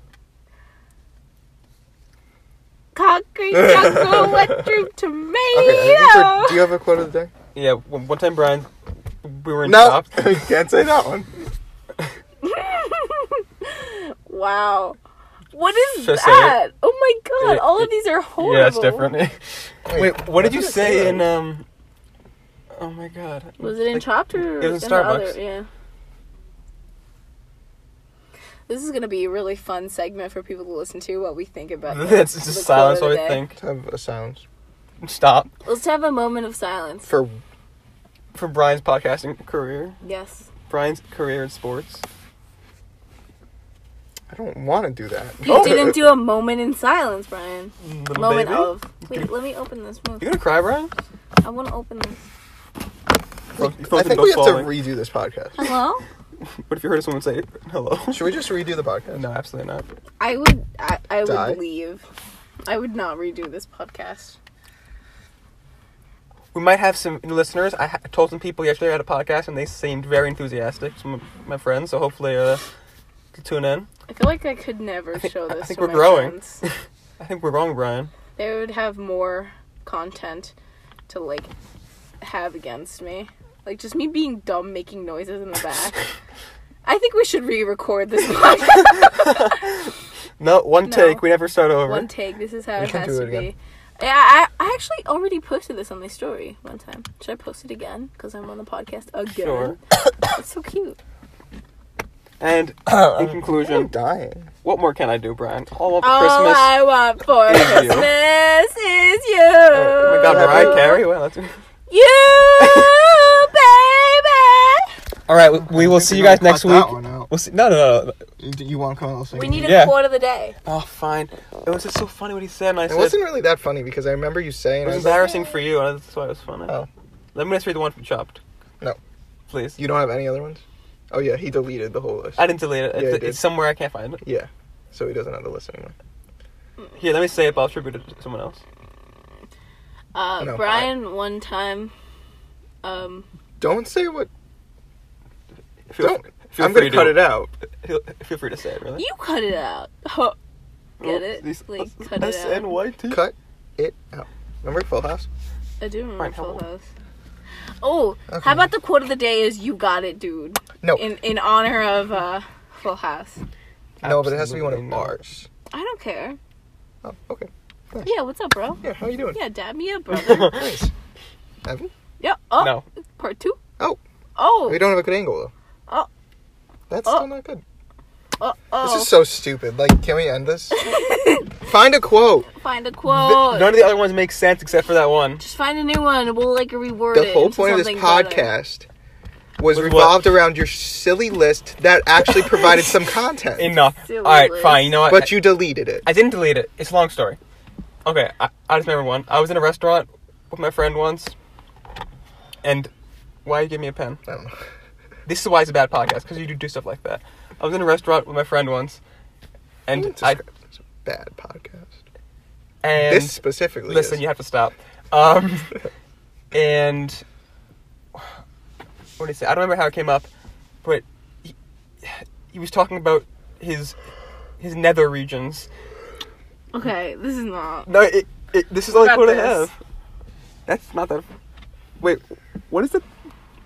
Concrete jungle, wet dream tomato.
Okay. I think we're- do you have a quote of the day?
Yeah. One, one time, Brian, we were in
No,
shops.
we can't say that one.
wow. What is
Should I say it?
that? Oh my god,
Yeah,
all of
it-
these are horrible.
Yeah, it's different. Wait, what did you
did I
say
say?
in um? Oh my god.
Was it in
Like,
Chopped or
it was in
the
Starbucks.
Other? Yeah. This is gonna be a really fun segment for people to listen to what we think about. the-
That's
the quote
just silence.
of the
What
day.
I think.
To have a sound
Stop
Let's have a moment of silence.
for
for Brian's podcasting career.
Yes.
Brian's career in sports.
I don't want to do that.
You didn't do a moment in silence, Brian.
Little
moment
baby.
of. Wait, let me open this.
You gonna cry, Brian?
I want to open this.
I think we have to redo this podcast.
Hello?
What if you heard someone say hello?
Should we just redo the podcast?
No, absolutely not.
I would. I, I
Die.
would leave. I would not redo this podcast.
We might have some listeners. I ha- told some people yesterday I had a podcast, and they seemed very enthusiastic. Some of my friends, so hopefully, uh, they'll tune in.
I feel like I could never show
I
this.
think
to
we're
my
growing.
friends.
I think we're wrong, Brian.
they would have more content to like have against me. Like just me being dumb, making noises in the back. I think we should re-record this podcast.
No, one
No.
take. We never start over.
One take. This is how
We
it
can
has
do
to
it again.
be. Yeah, I, I actually already posted this on my story one time. Should I post it again? Because I'm on the podcast again.
Sure.
It's so cute.
And in
I'm
conclusion,
dying.
what more can I do, Brian? All of
All Oh,
Christmas.
I want for
Is you.
Christmas is you.
Oh my God, Mariah Carey. Well, that's.
You, baby.
All right, we, we will see you guys next week. We'll see. No, no, no.
Do you want to come out and sing?
We need a
Yeah.
quote of the day.
Oh, fine. It was just so funny what he said, and I
It
said
wasn't really that funny because I remember you saying
it was
I was like,
embarrassing for you, and that's why it was funny.
Oh.
Let me just read the one from Chopped.
No.
Please.
"You don't have any other ones." Oh yeah, he deleted the whole list.
I didn't delete it.
Yeah,
It's,
you did.
it's somewhere I can't find it.
yeah, so he doesn't have the listening one.
Here, let me say it, but I'll attribute it to someone else.
Uh,
No,
Brian, one time, um,
Don't say what.
Feel,
Don't.
feel
I'm gonna
free to-
cut it out.
Feel, feel free to say it, really.
you cut it out. Get it? Like, cut it out.
SNYT.
Cut it out. Remember Full House?
I do remember
Brian, how
Full
old?
House. Oh,
Okay.
how about the quote of the day is "You got it, dude."
No.
In in honor of uh, Full House.
no, but it has to be one of
Absolutely not.
ours.
I don't care.
Oh, okay.
Yeah, what's up, bro?
Yeah, how you doing?
Yeah, dab me up, brother.
Nice. Evan?
yeah. Oh,
No.
part two.
Oh.
Oh.
We don't have a good angle, though.
Oh.
That's
Oh.
still not good.
oh, oh.
This is so stupid. Like, can we end this? Find a quote.
find a quote.
None of the other ones make sense except for that one.
Just find a new one. We'll like reword
The
it.
whole
into
point of this
something better.
podcast was
Was what?
revolved around your silly list that actually provided some content.
Enough.
Silly
All right,
list.
fine. You know what?
but you deleted it.
I didn't delete it. It's a long story. Okay, I, I just remember one. I was in a restaurant with my friend once, and why you give me a pen?
I don't know.
This is why it's a bad podcast because you do do stuff like that. I was in a restaurant with my friend once, and
It's
I
a bad podcast.
and
This specifically.
listen,
is.
you have to stop. Um, and what did he say? I don't remember how it came up, but he, he was talking about his his nether regions.
Okay, this is not.
No, it, it, this is like
Got
what I
this.
have. That's not that. Wait, what is it?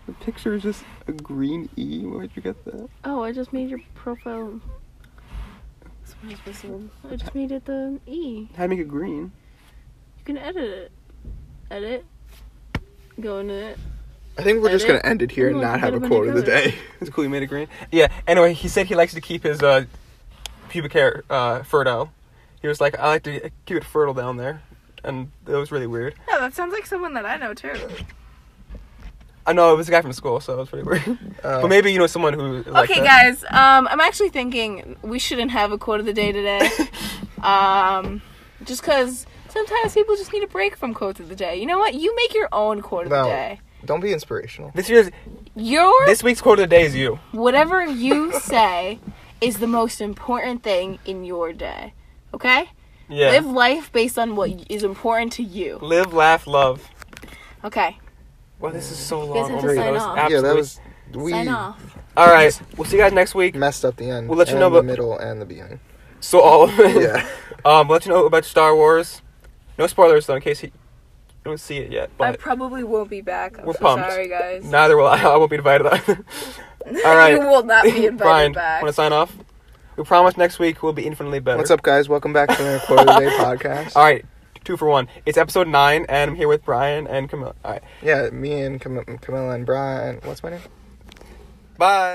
The picture is just a green E. Where'd you get that?
Oh, I just made your profile. That's what I was missing. I just made it the E.
How do you make it green?
You can edit it. Edit. Go into it.
I think we're just going
Edit.
to end it here and
Come on,
not have
get
a
a bunch
quote of
of
the
colors.
day.
It's cool. You made it green. Yeah. Anyway, he said he likes to keep his uh, pubic hair uh, fertile. He was like, I like to keep it fertile down there, and that was really weird.
No, that sounds like someone that I know too.
I know it was a guy from school, so it was pretty weird.
Uh,
but maybe you know someone who. is Like
okay,
that.
guys. Um, I'm actually thinking we shouldn't have a quote of the day today. um, just because sometimes people just need a break from quotes of the day. You know what? You make your own quote of
No.
the day.
Don't be inspirational.
This year's
Your
this week's quote of the day is you.
whatever you say is the most important thing in your day. Okay?
Yeah.
Live life based on what is important to you.
Live, laugh, love.
Okay.
Wow, this is so long.
guys have to
already.
sign
That was
off.
Yeah, that
absolutely-
was. We
Sign off.
All right, we'll see you guys next week.
messed up the end.
We'll let you
and
know
the
about-
middle and the beginning.
So all of it.
Yeah.
Um, let you know about Star Wars. No spoilers though, in case you don't see it yet.
I
But
probably won't be back. I'm
We're
so
pumped.
sorry, guys.
neither will I. I won't be invited either. All right.
you will not be invited
Brian,
back.
want to sign off? We promise next week we'll be infinitely better.
What's up, guys? Welcome back to the Quote of the Day podcast.
All right, two for one. It's episode nine, and I'm here with Brian and Camilla. All right,
Yeah, me and Cam- Camilla and Brian. What's my name?
bye.